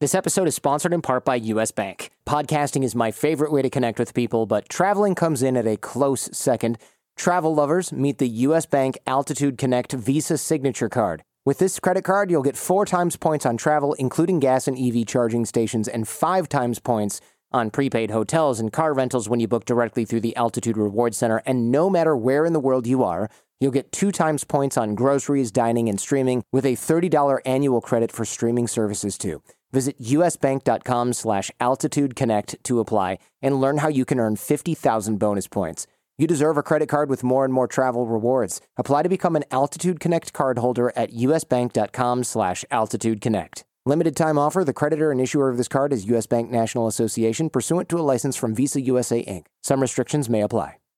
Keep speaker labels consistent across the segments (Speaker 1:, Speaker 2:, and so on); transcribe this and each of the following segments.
Speaker 1: This episode is sponsored in part by US Bank. Podcasting is my favorite way to connect with people, but traveling comes in at a close second. Travel lovers, meet the US Bank Altitude Connect Visa Signature Card. With this credit card, you'll get four times points on travel, including gas and EV charging stations, and five times points on prepaid hotels and car rentals when you book directly through the Altitude Reward Center. And no matter where in the world you are, you'll get two times points on groceries, dining, and streaming with a $30 annual credit for streaming services too. Visit usbank.com slash altitudeconnect to apply and learn how you can earn 50,000 bonus points. You deserve a credit card with more and more travel rewards. Apply to become an Altitude Connect cardholder at usbank.com slash altitudeconnect. Limited time offer. The creditor and issuer of this card is U.S. Bank National Association, pursuant to a license from Visa USA Inc. Some restrictions may apply.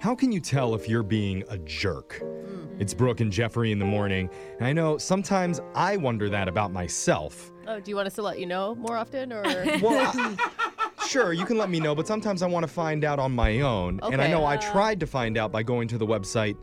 Speaker 2: How can you tell if you're being a jerk?
Speaker 3: Hmm.
Speaker 2: It's Brooke and Jeffrey in the morning. And I know sometimes I wonder that about myself.
Speaker 3: Oh, do you want us to let you know more often, or
Speaker 2: Well, I- sure, you can let me know, but sometimes I want to find out on my own. And I
Speaker 3: Okay. Uh.
Speaker 2: know I tried to find out by going to the website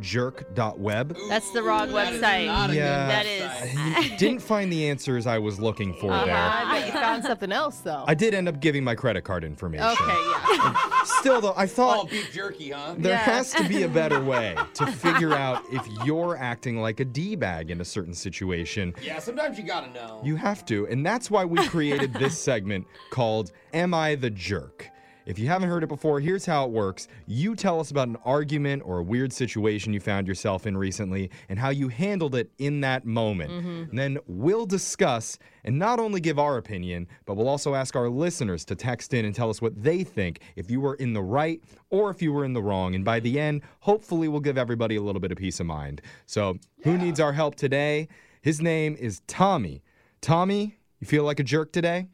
Speaker 2: ultimatejerk.web.
Speaker 3: that's the wrong website?
Speaker 2: Yeah.
Speaker 3: that is. Uh-huh.
Speaker 2: I didn't find the answers I was looking for there.
Speaker 3: I bet you found something else though.
Speaker 2: I did end up giving my credit card information.
Speaker 3: okay, yeah.
Speaker 2: Still, though, I thought
Speaker 4: Oh, beef jerky, huh?
Speaker 2: There
Speaker 3: Yeah.
Speaker 2: has to be a better way to figure out if you're acting like a D bag in a certain situation.
Speaker 4: Yeah, sometimes you gotta know.
Speaker 2: You have to. And that's why we created this segment called Am I the Jerk? If you haven't heard it before, here's how it works. You tell us about an argument or a weird situation you found yourself in recently and how you handled it in that moment. And then we'll discuss and not only give our opinion, but we'll also ask our listeners to text in and tell us what they think if you were in the right or if you were in the wrong. And by the end, hopefully, we'll give everybody a little bit of peace of mind. So, who needs our help today? His name is Tommy. Tommy, you feel like a jerk today?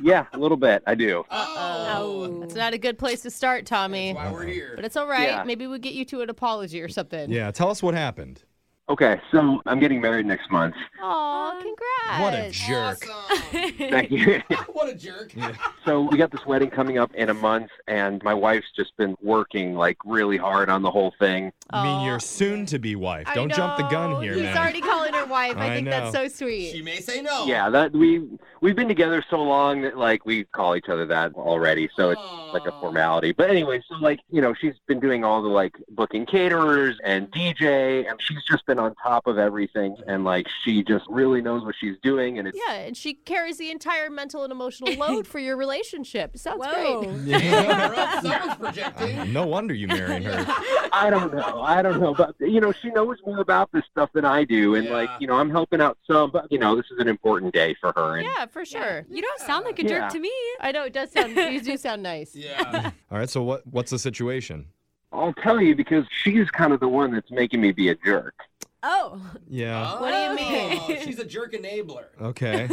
Speaker 5: Yeah, a little bit. I do.
Speaker 3: Oh, that's not a good place to start, Tommy.
Speaker 4: Why we're here.
Speaker 3: But it's all right.
Speaker 5: Yeah.
Speaker 3: Maybe we get you to an apology or something.
Speaker 2: Yeah, tell us what happened.
Speaker 5: Okay, so I'm getting married next month.
Speaker 3: Aw, congrats.
Speaker 2: What a jerk.
Speaker 4: Awesome.
Speaker 5: Thank you.
Speaker 4: what a jerk.
Speaker 5: so we got this wedding coming up in a month, and my wife's just been working like really hard on the whole thing.
Speaker 2: I mean,
Speaker 3: Aw.
Speaker 2: your soon to be wife.
Speaker 3: I
Speaker 2: Don't jump the
Speaker 3: know.
Speaker 2: gun here,
Speaker 3: He's
Speaker 2: man.
Speaker 3: already calling her wife. I,
Speaker 2: I
Speaker 3: think that's
Speaker 2: know.
Speaker 3: so sweet.
Speaker 4: She may say no.
Speaker 5: Yeah, that we we've been together so long that like we call each other that already, so it's like a formality. But anyway, so like you know, she's been doing all the like booking caterers and DJ, and she's just been on top of everything, and like she just really knows what she's doing, and it's
Speaker 3: yeah, and she carries the entire mental and emotional load for your relationship. Sounds great.
Speaker 2: Yeah. Uh,
Speaker 4: Rough, Someone's projecting.
Speaker 2: no wonder you married her.
Speaker 5: I don't know. I don't know. But, you know, she knows more about this stuff than I do. And,
Speaker 4: Yeah.
Speaker 5: like, you know, I'm helping out some, but, you know, this is an important day for her. And
Speaker 3: Yeah, for sure.
Speaker 6: You don't sound like a
Speaker 5: Yeah.
Speaker 6: jerk to me.
Speaker 3: I know it does sound. you do sound nice.
Speaker 4: Yeah.
Speaker 2: All right, so what what's the situation?
Speaker 5: I'll tell you because she's kind of the one that's making me be a jerk.
Speaker 6: Oh,
Speaker 2: Yeah.
Speaker 4: Oh,
Speaker 3: What do you mean?
Speaker 4: She's a jerk enabler.
Speaker 2: Okay.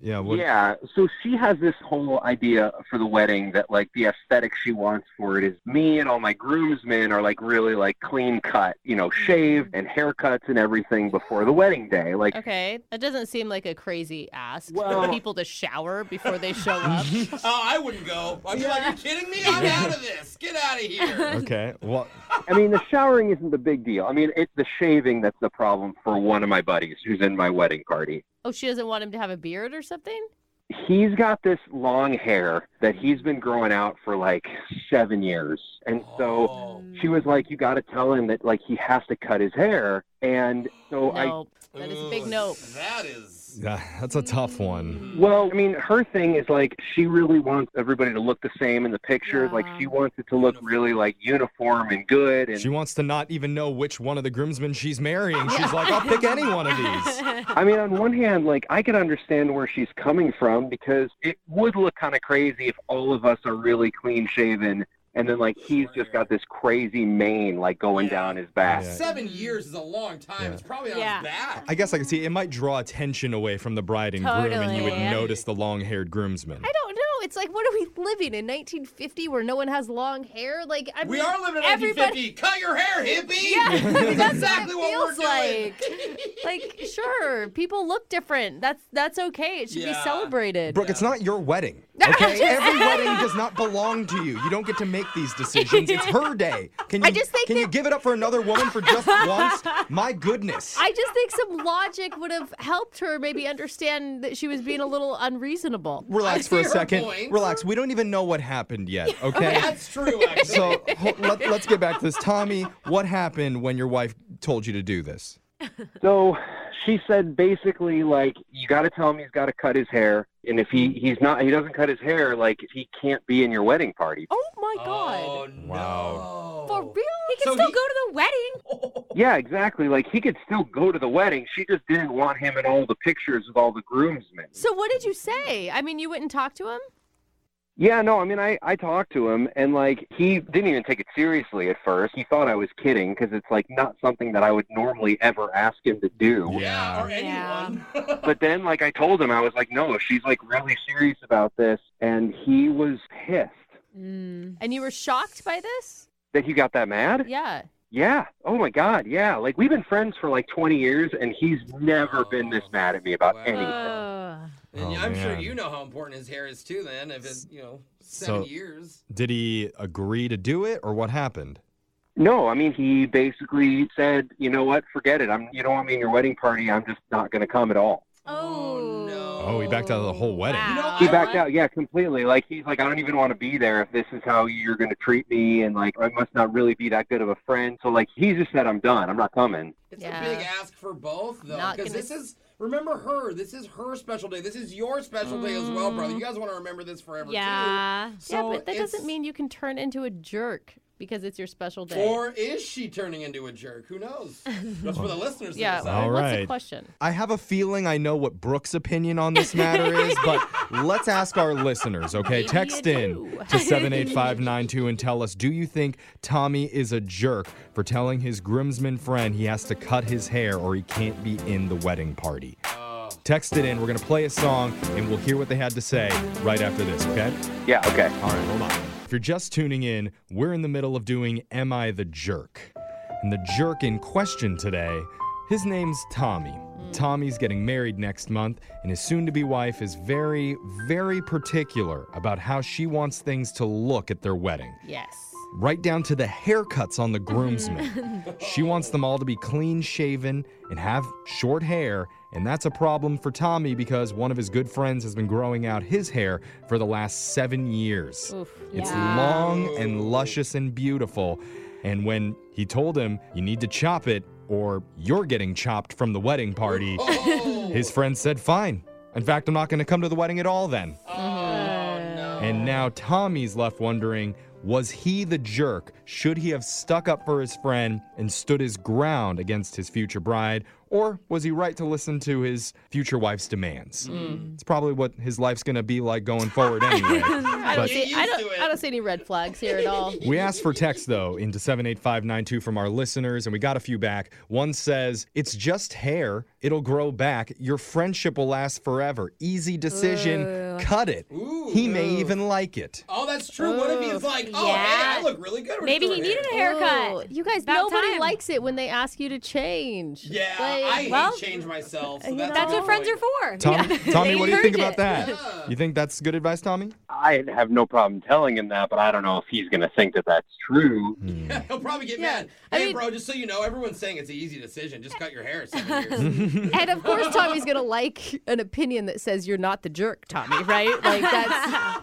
Speaker 2: Yeah, what
Speaker 5: Yeah. So she has this whole idea for the wedding that, like, the aesthetic she wants for it is me and all my groomsmen are, like, really, like, clean cut, you know, shaved and haircuts and everything before the wedding day. Like,
Speaker 3: Okay, that doesn't seem like a crazy ask for
Speaker 5: Well-
Speaker 3: people to shower before they show up.
Speaker 4: Oh, I wouldn't go. I'd be like, you kidding me? I'm out of this. Get out of here.
Speaker 2: Okay. Well,
Speaker 5: I mean, the showering isn't the big deal. I mean, it's the shaving that's the problem for one of my buddies who's in my wedding party.
Speaker 3: oh, she doesn't want him to have a beard or something?
Speaker 5: He's got this long hair that he's been growing out for like seven years. And so
Speaker 4: Oh,
Speaker 5: she was like, You got to tell him that like he has to cut his hair. And
Speaker 4: Oh,
Speaker 5: so I,
Speaker 3: nope. That is a big
Speaker 4: ooh,
Speaker 3: nope.
Speaker 4: That is.
Speaker 2: yeah, that's a tough one.
Speaker 5: well, I mean, her thing is like she really wants everybody to look the same in the pictures. Like she wants it to look really like uniform and good. And
Speaker 2: She wants to not even know which one of the groomsmen she's marrying. She's like, I'll pick any one of these.
Speaker 5: I mean, on one hand, like I could understand where she's coming from because it would look kind of crazy if all of us are really clean shaven and then like he's just got this crazy mane like going down his back.
Speaker 2: Yeah.
Speaker 4: Seven years is a long time. It's probably on
Speaker 7: Yeah.
Speaker 4: his back.
Speaker 2: I guess I can see it might draw attention away from the bride and groom, and you would
Speaker 7: Totally.
Speaker 2: notice the long-haired groomsman.
Speaker 3: I don't know. It's like, what are we living in 1950 where no one has long hair? Like, I
Speaker 4: We
Speaker 3: mean,
Speaker 4: are living in
Speaker 3: everybody-
Speaker 4: 1950. Cut your hair, hippie.
Speaker 3: Yeah,
Speaker 4: that's
Speaker 3: that's
Speaker 4: exactly
Speaker 3: what it
Speaker 4: what
Speaker 3: feels
Speaker 4: we're doing.
Speaker 3: like. like, sure, people look different. That's that's okay. It should be
Speaker 4: Yeah.
Speaker 3: celebrated.
Speaker 2: Brooke, it's not your wedding. Okay, every wedding does not belong to you. You don't get to make these decisions. It's her day. Can you
Speaker 3: just think
Speaker 2: can you
Speaker 3: that-
Speaker 2: give it up for another woman for just once? My goodness.
Speaker 3: I just think some logic would have helped her maybe understand that she was being a little unreasonable.
Speaker 2: Relax
Speaker 4: I
Speaker 2: for a
Speaker 4: see her
Speaker 2: second.
Speaker 4: point.
Speaker 2: Relax. We don't even know what happened yet. Okay.
Speaker 4: That's true, actually.
Speaker 2: so ho- let, let's get back to this. Tommy, what happened when your wife told you to do this?
Speaker 5: So she said basically like you got to tell him he's got to cut his hair, and if he he's not he doesn't cut his hair, like he can't be in your wedding party.
Speaker 3: Oh my god.
Speaker 4: Oh, no.
Speaker 2: Wow.
Speaker 3: For real?
Speaker 7: He can
Speaker 4: So
Speaker 7: still
Speaker 4: he-
Speaker 7: go to the wedding.
Speaker 5: Yeah, exactly. Like he could still go to the wedding. She just didn't want him in all the pictures with all the groomsmen.
Speaker 3: So what did you say? I mean, you wouldn't talk to him?
Speaker 5: Yeah, no, I mean, I, I talked to him, and like, he didn't even take it seriously at first. He thought I was kidding because it's like not something that I would normally ever ask him to do.
Speaker 4: Yeah, or
Speaker 7: Yeah.
Speaker 4: anyone.
Speaker 5: But then, like, I told him, I was like, no, she's like really serious about this. And he was pissed
Speaker 3: And you were shocked by this?
Speaker 5: that he got that mad.
Speaker 3: Yeah.
Speaker 5: Yeah. Oh my God. Yeah. Like, we've been friends for like 20 years, and he's never been this mad at me about
Speaker 4: Wow.
Speaker 5: anything.
Speaker 4: And
Speaker 2: Oh,
Speaker 4: I'm sure
Speaker 2: man.
Speaker 4: you know how important his hair is too. Then, if it's you know seven
Speaker 2: So-
Speaker 4: years.
Speaker 2: Did he agree to do it, or what happened?
Speaker 5: No, I mean he basically said, you know what, forget it. I'm you don't want me in your wedding party. I'm just not going to come at all.
Speaker 7: Oh.
Speaker 4: no.
Speaker 2: Oh, he backed out of the whole wedding.
Speaker 4: You know,
Speaker 5: He
Speaker 4: I
Speaker 5: backed
Speaker 4: like-
Speaker 5: out, yeah, completely. Like he's like, I don't even want to be there if this is how you're going to treat me, and like I must not really be that good of a friend. So like he just said, I'm done. I'm not coming.
Speaker 4: It's
Speaker 3: Yeah.
Speaker 4: a big ask for both though,
Speaker 3: Not
Speaker 4: because
Speaker 3: gonna-
Speaker 4: this is remember her. This is her special day. This is your special day as well, brother. You guys want to remember this forever too.
Speaker 7: Yeah.
Speaker 4: So
Speaker 3: yeah, but that
Speaker 4: it's-
Speaker 3: doesn't mean you can turn into a jerk because it's your special day.
Speaker 4: Or is she turning into a jerk? Who knows? That's for the listeners to
Speaker 3: yeah,
Speaker 4: decide.
Speaker 2: All
Speaker 3: what's
Speaker 2: right.
Speaker 3: the question?
Speaker 2: I have a feeling I know what Brooke's opinion on this matter is, but let's ask our listeners, okay?
Speaker 3: Maybe
Speaker 2: Text
Speaker 3: you
Speaker 2: in
Speaker 3: do.
Speaker 2: to 78592 and tell us do you think Tommy is a jerk for telling his groomsman friend he has to cut his hair or he can't be in the wedding party? Text it in. We're going to play a song and we'll hear what they had to say right after this, okay?
Speaker 5: Yeah, okay.
Speaker 2: All right, hold on. If you're just tuning in, we're in the middle of doing Am I the Jerk? And the jerk in question today, his name's Tommy. Tommy's getting married next month, and his soon to be wife is very, very particular about how she wants things to look at their wedding,
Speaker 3: Yes.
Speaker 2: right down to the haircuts on the groomsmen. she wants them all to be clean shaven and have short hair, and that's a problem for Tommy because one of his good friends has been growing out his hair for the last seven years. It's long and luscious and beautiful. And when he told him, you need to chop it or you're getting chopped from the wedding party,
Speaker 4: Oh,
Speaker 2: his friend said, fine. In fact, I'm not going to come to the wedding at all then. And now Tommy's left wondering was he the jerk? Should he have stuck up for his friend and stood his ground against his future bride? Or was he right to listen to his future wife's demands? It's probably what his life's going to be like going forward anyway.
Speaker 3: I don't,
Speaker 2: But-
Speaker 3: see, I,
Speaker 4: used
Speaker 3: don't,
Speaker 4: to it.
Speaker 3: I don't see any red flags here at all.
Speaker 2: we asked for text though into 78592 from our listeners and we got a few back. One says, "It's just hair. It'll grow back. Your friendship will last forever. Easy decision. Cut it. he may even like it."
Speaker 4: oh, that's true. What if he's like, oh,
Speaker 7: yeah.
Speaker 4: hey, I look really good. with
Speaker 7: Maybe
Speaker 4: short
Speaker 7: he needed
Speaker 4: hair.
Speaker 7: a haircut.
Speaker 3: Ooh, Oh, you guys,
Speaker 7: About
Speaker 3: nobody
Speaker 7: time.
Speaker 3: likes it when they ask you to change.
Speaker 4: Yeah,
Speaker 3: Like,
Speaker 4: I hate
Speaker 7: well,
Speaker 4: change myself. So that's, a
Speaker 7: That's
Speaker 4: good
Speaker 7: what friends
Speaker 4: point.
Speaker 7: are for.
Speaker 2: Tom, Tommy,
Speaker 7: They
Speaker 2: what do you think
Speaker 7: encourage it.
Speaker 2: about that?
Speaker 4: Yeah.
Speaker 2: You think that's good advice, Tommy?
Speaker 5: I have no problem telling him that, but I don't know if he's going to think that that's true.
Speaker 4: Yeah, he'll probably get
Speaker 3: Yeah,
Speaker 4: mad.
Speaker 3: I
Speaker 4: Hey,
Speaker 3: mean-
Speaker 4: bro, just so you know, everyone's saying it's an easy decision. Just cut your hair. Seven years.
Speaker 3: And of course, Tommy's going to like an opinion that says you're not the jerk, Tommy, right? Like, that's.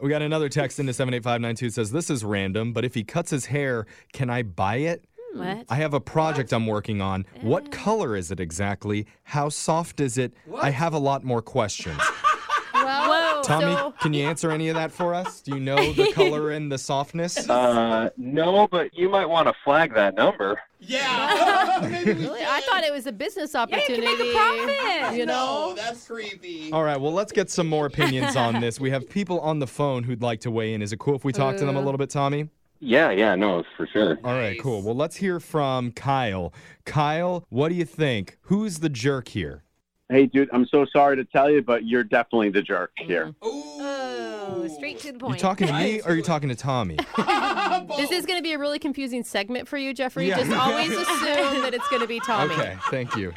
Speaker 2: We got another text into 78592 says, This is random, but if he cuts his hair, can I buy it?
Speaker 7: What?
Speaker 2: I have a project I'm working on. What color is it exactly? How soft is it? I have a lot more questions.
Speaker 3: Well,
Speaker 2: Tommy,
Speaker 3: So-
Speaker 2: can you answer any of that for us? Do you know the color and the softness?
Speaker 5: Uh, no, but you might want to flag that number.
Speaker 4: Yeah. Maybe we
Speaker 3: Really? I
Speaker 4: should.
Speaker 3: thought it was a business
Speaker 7: you can
Speaker 3: opportunity.
Speaker 7: make a profit.
Speaker 3: You
Speaker 4: No,
Speaker 3: know?
Speaker 4: that's creepy.
Speaker 2: All right, well, let's get some more opinions on this. We have people on the phone who'd like to weigh in. Is it cool if we talk to them a little bit, Tommy?
Speaker 5: Yeah, yeah, no, for sure.
Speaker 2: All right, cool. Well, let's hear from Kyle. Kyle, what do you think? Who's the jerk here?
Speaker 8: Hey, dude, I'm so sorry to tell you, but you're definitely the jerk
Speaker 4: Mm-hmm.
Speaker 8: here.
Speaker 7: Oh,
Speaker 4: Ooh.
Speaker 7: straight to the
Speaker 2: You
Speaker 7: point.
Speaker 2: talking to me
Speaker 4: Right.
Speaker 2: or are you talking to Tommy?
Speaker 3: This is going to be a really confusing segment for you, Jeffrey.
Speaker 2: Yeah.
Speaker 3: Just always assume that it's going to be Tommy. Oh,
Speaker 2: Okay, thank you.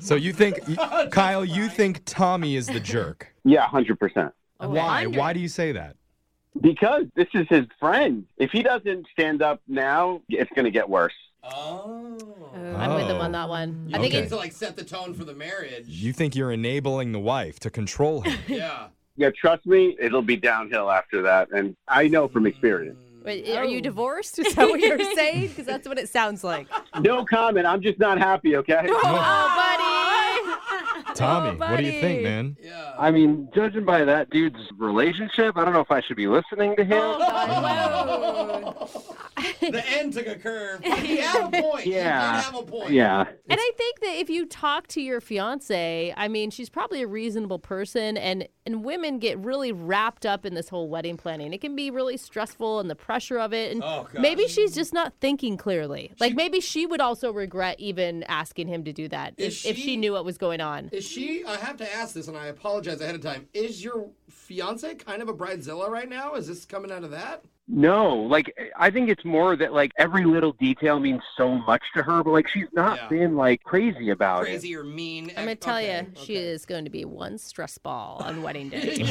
Speaker 2: So you think, y- Kyle, you think Tommy is the jerk.
Speaker 8: Yeah, 100%.
Speaker 3: Oh,
Speaker 2: Why? Why do you say that?
Speaker 8: Because this is his friend. If he doesn't stand up now, it's going to get worse.
Speaker 4: Oh.
Speaker 3: I'm with him
Speaker 2: Oh.
Speaker 3: on that one. I
Speaker 4: I think
Speaker 3: think
Speaker 2: Okay.
Speaker 4: it's to like set the tone for the marriage.
Speaker 2: You think you're enabling the wife to control him?
Speaker 4: yeah.
Speaker 8: Yeah, trust me, it'll be downhill after that. And I know from experience.
Speaker 3: it's. Wait, Are you divorced? Is that what you're saying? Because that's what it sounds like.
Speaker 8: No comment. I'm just not happy, okay?
Speaker 3: Oh, buddy.
Speaker 2: Tommy, what do you think,
Speaker 3: Oh, buddy.
Speaker 2: man?
Speaker 4: Yeah.
Speaker 5: I mean, judging by that dude's relationship, I don't know if I should be listening to him.
Speaker 3: Oh,
Speaker 4: the end took a curve. He had a point.
Speaker 5: Yeah.
Speaker 4: He did have a point.
Speaker 5: Yeah.
Speaker 3: And I think that if you talk to your fiance, I mean, she's probably a reasonable person, and and women get really wrapped up in this whole wedding planning. It can be really stressful and the pressure of it, and
Speaker 4: Oh, gosh.
Speaker 3: maybe she's just not thinking clearly. Like maybe she would also regret even asking him to do that if,
Speaker 4: Is
Speaker 3: if
Speaker 4: she-
Speaker 3: she knew what was going on.
Speaker 4: Is she? I have to ask this, and I apologize ahead of time. Is your fiance kind of a bridezilla right now? Is this coming out of that?
Speaker 5: No, like I think it's more that like every little detail means so much to her, but like she's not
Speaker 4: Yeah.
Speaker 5: been like crazy about it.
Speaker 4: Crazy or mean?
Speaker 3: I'm gonna
Speaker 4: ec-
Speaker 3: tell
Speaker 4: okay,
Speaker 3: you, she
Speaker 4: okay.
Speaker 3: is going to be one stress ball on wedding day.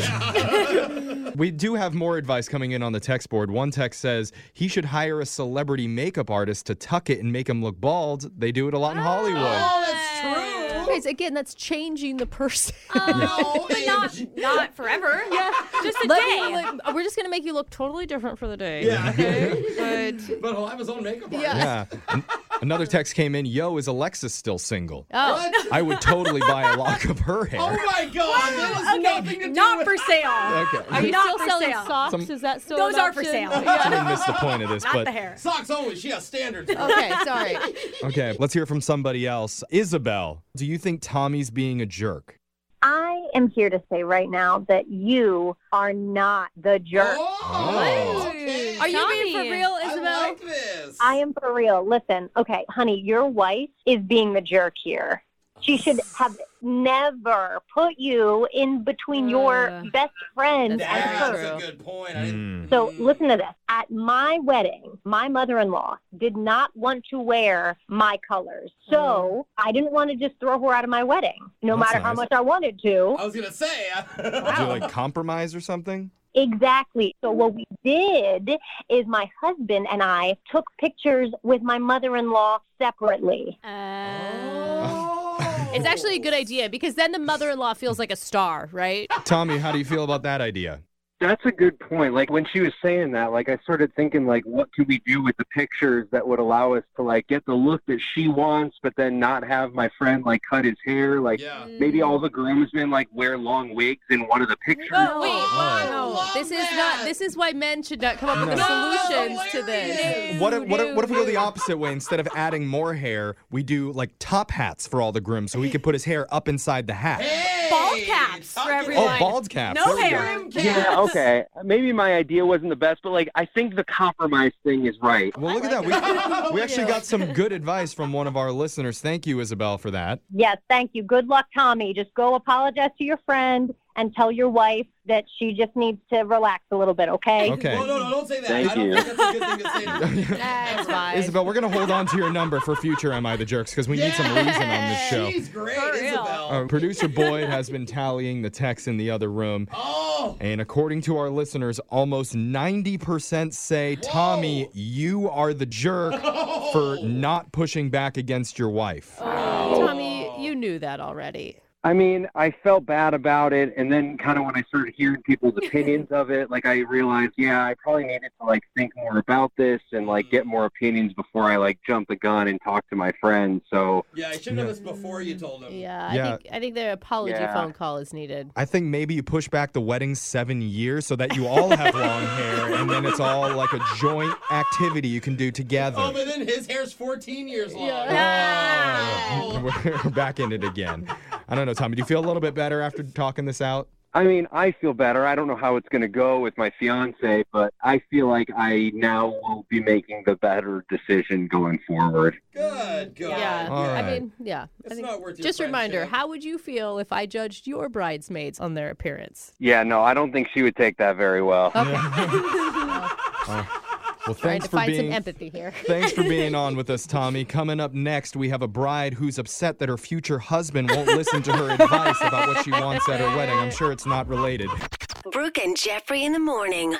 Speaker 2: We do have more advice coming in on the text board. One text says he should hire a celebrity makeup artist to tuck it and make him look bald. They do it a lot in Hollywood.
Speaker 4: Oh, that's true.
Speaker 3: Guys, again, that's changing the person.
Speaker 4: No,
Speaker 7: Oh, But not,
Speaker 4: and-
Speaker 7: not forever. Yeah. Just a
Speaker 3: Let
Speaker 7: day.
Speaker 3: me look- we're just gonna make you look totally different for the day.
Speaker 4: Yeah.
Speaker 3: But
Speaker 4: but he'll have his own makeup on.
Speaker 3: Yeah.
Speaker 2: Yeah. An- Another text came in, yo, is Alexis still single?
Speaker 3: Oh.
Speaker 4: What?
Speaker 2: I would totally buy a lock of her
Speaker 4: Oh
Speaker 2: hair.
Speaker 4: my God! That is nothing to do
Speaker 7: Not
Speaker 4: with
Speaker 7: for sale.
Speaker 2: Okay.
Speaker 7: Are you
Speaker 3: Not
Speaker 7: still
Speaker 3: for
Speaker 7: selling
Speaker 3: sale.
Speaker 7: socks?
Speaker 2: Some-
Speaker 3: Is that still
Speaker 7: Those
Speaker 3: an
Speaker 7: are for
Speaker 3: option?
Speaker 7: sale.
Speaker 2: I didn't miss the point of this,
Speaker 7: Not
Speaker 2: but
Speaker 7: the hair.
Speaker 4: socks. Always, she has standards.
Speaker 3: Okay, sorry.
Speaker 2: okay, let's hear from somebody else. Isabel, do you think Tommy's being a jerk?
Speaker 9: I am here to say right now that you are not the jerk.
Speaker 4: Oh, okay.
Speaker 3: Are you being
Speaker 7: Tommy.
Speaker 3: for real,
Speaker 4: I
Speaker 3: Isabel?
Speaker 4: like this.
Speaker 9: I am for real. Listen, okay, honey, your wife is being the jerk here. She should have never put you in between your
Speaker 7: Uh,
Speaker 9: best friend
Speaker 3: that's
Speaker 9: and
Speaker 3: not
Speaker 9: her.
Speaker 4: That's a good point. I didn't.
Speaker 2: Hmm.
Speaker 9: So listen to this. At my wedding, my mother-in-law did not want to wear my colors. So I didn't want to just throw her out of my wedding, no
Speaker 2: Mm. That's
Speaker 9: matter how
Speaker 2: nice.
Speaker 9: much I wanted to.
Speaker 4: I was gonna say.
Speaker 2: Do you like compromise or something?
Speaker 9: Exactly. So what we did is my husband and I took pictures with my mother-in-law separately.
Speaker 4: Oh.
Speaker 3: It's actually a good
Speaker 7: Oh.
Speaker 3: idea because then the mother-in-law feels like a star, right?
Speaker 2: Tommy, how do you feel about that idea?
Speaker 5: That's a good point. Like when she was saying that, like I started thinking like what can we do with the pictures that would allow us to like get the look that she wants but then not have my friend like cut his hair like
Speaker 4: Yeah.
Speaker 5: Maybe all the groomsmen like wear long wigs in one of the pictures.
Speaker 3: Oh, wait,
Speaker 2: I
Speaker 3: no. This is not. This is why men should not come up with
Speaker 2: No.
Speaker 3: the solutions
Speaker 4: that's
Speaker 3: to this.
Speaker 4: hilarious.
Speaker 2: What if, what, if, what if we go the opposite way? Instead of adding more hair, we do like top hats for all the grooms so he could put his hair up inside the hat.
Speaker 4: Hey,
Speaker 7: Bald caps
Speaker 4: talk
Speaker 7: for
Speaker 4: about-
Speaker 7: everyone.
Speaker 2: Oh, bald caps.
Speaker 7: No
Speaker 2: There we go.
Speaker 7: hair.
Speaker 4: Brim caps.
Speaker 5: Yeah, okay. Maybe my idea wasn't the best, but like I think the compromise thing is right.
Speaker 2: Well, look at that. We, we actually got some good advice from one of our listeners. Thank you, Isabel, for that.
Speaker 9: Yes, thank you. Good luck, Tommy. Just go apologize to your friend and tell your wife that she just needs to relax a little bit, okay?
Speaker 2: Okay.
Speaker 4: Well, Oh, no, no, don't say that.
Speaker 5: Thank
Speaker 4: I don't
Speaker 5: you.
Speaker 4: think that's a good thing to say. to me.
Speaker 3: That's fine.
Speaker 2: Isabel, we're going to hold on to your number for future Am I the Jerks because we need some reason on this show.
Speaker 4: She's great,
Speaker 7: For real.
Speaker 4: Isabel.
Speaker 2: Our producer Boyd has been tallying the texts in the other room.
Speaker 4: oh,
Speaker 2: And according to our listeners, almost 90% say, Tommy, you are the jerk
Speaker 4: Oh!
Speaker 2: for not pushing back against your wife.
Speaker 4: Oh.
Speaker 3: Tommy, you knew that already.
Speaker 5: I mean, I felt bad about it, and then kind of when I started hearing people's opinions of it, like I realized, yeah, I probably needed to like think more about this and like get more opinions before I like jump the gun and talk to my friends. So
Speaker 4: Yeah, I should have done this before you told him.
Speaker 3: Yeah, I
Speaker 2: Yeah.
Speaker 3: think I think the apology
Speaker 5: Yeah.
Speaker 3: phone call is needed.
Speaker 2: I think maybe you push back the wedding seven years so that you all have long hair and then it's all like a joint activity you can do together.
Speaker 4: Oh, but then his hair's 14 years long. Oh,
Speaker 2: And We're we're back in it again. I don't know, Tommy. Do you feel a little bit better after talking this out?
Speaker 5: I mean, I feel better. I don't know how it's going to go with my fiance, but I feel like I now will be making the better decision going forward.
Speaker 4: Good, good.
Speaker 3: Yeah,
Speaker 5: All
Speaker 3: I
Speaker 5: right.
Speaker 3: mean, yeah. I
Speaker 4: It's
Speaker 3: think-
Speaker 4: not worth your
Speaker 3: Just a reminder: How would you feel if I judged your bridesmaids on their appearance?
Speaker 5: Yeah, no, I don't think she would take that very well.
Speaker 2: Well,
Speaker 3: Trying
Speaker 2: thanks
Speaker 3: to
Speaker 2: for
Speaker 3: find
Speaker 2: being
Speaker 3: some empathy here.
Speaker 2: Thanks for being on with us, Tommy. Coming up next, we have a bride who's upset that her future husband won't listen to her advice about what she wants at her wedding. I'm sure it's not related.
Speaker 10: Brooke and Jeffrey in the morning.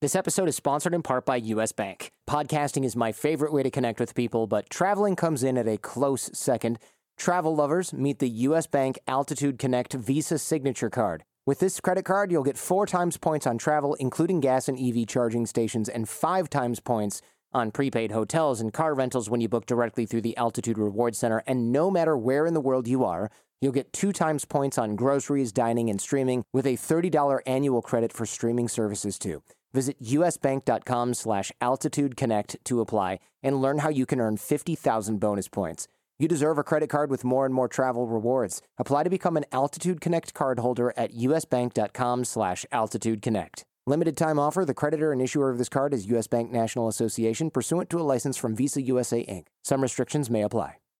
Speaker 1: This episode is sponsored in part by US Bank. Podcasting is my favorite way to connect with people, but traveling comes in at a close second. Travel lovers, meet the US Bank Altitude Connect Visa Signature Card. With this credit card, you'll get four times points on travel, including gas and EV charging stations, and five times points on prepaid hotels and car rentals when you book directly through the Altitude Reward Center. And no matter where in the world you are, You'll get two times points on groceries, dining, and streaming with a $30 annual credit for streaming services too. Visit usbank.com slash altitudeconnect to apply and learn how you can earn 50,000 bonus points. You deserve a credit card with more and more travel rewards. Apply to become an Altitude Connect card holder at usbank.com slash altitudeconnect. Limited time offer. The creditor and issuer of this card is U.S. Bank National Association pursuant to a license from Visa USA Inc. Some restrictions may apply.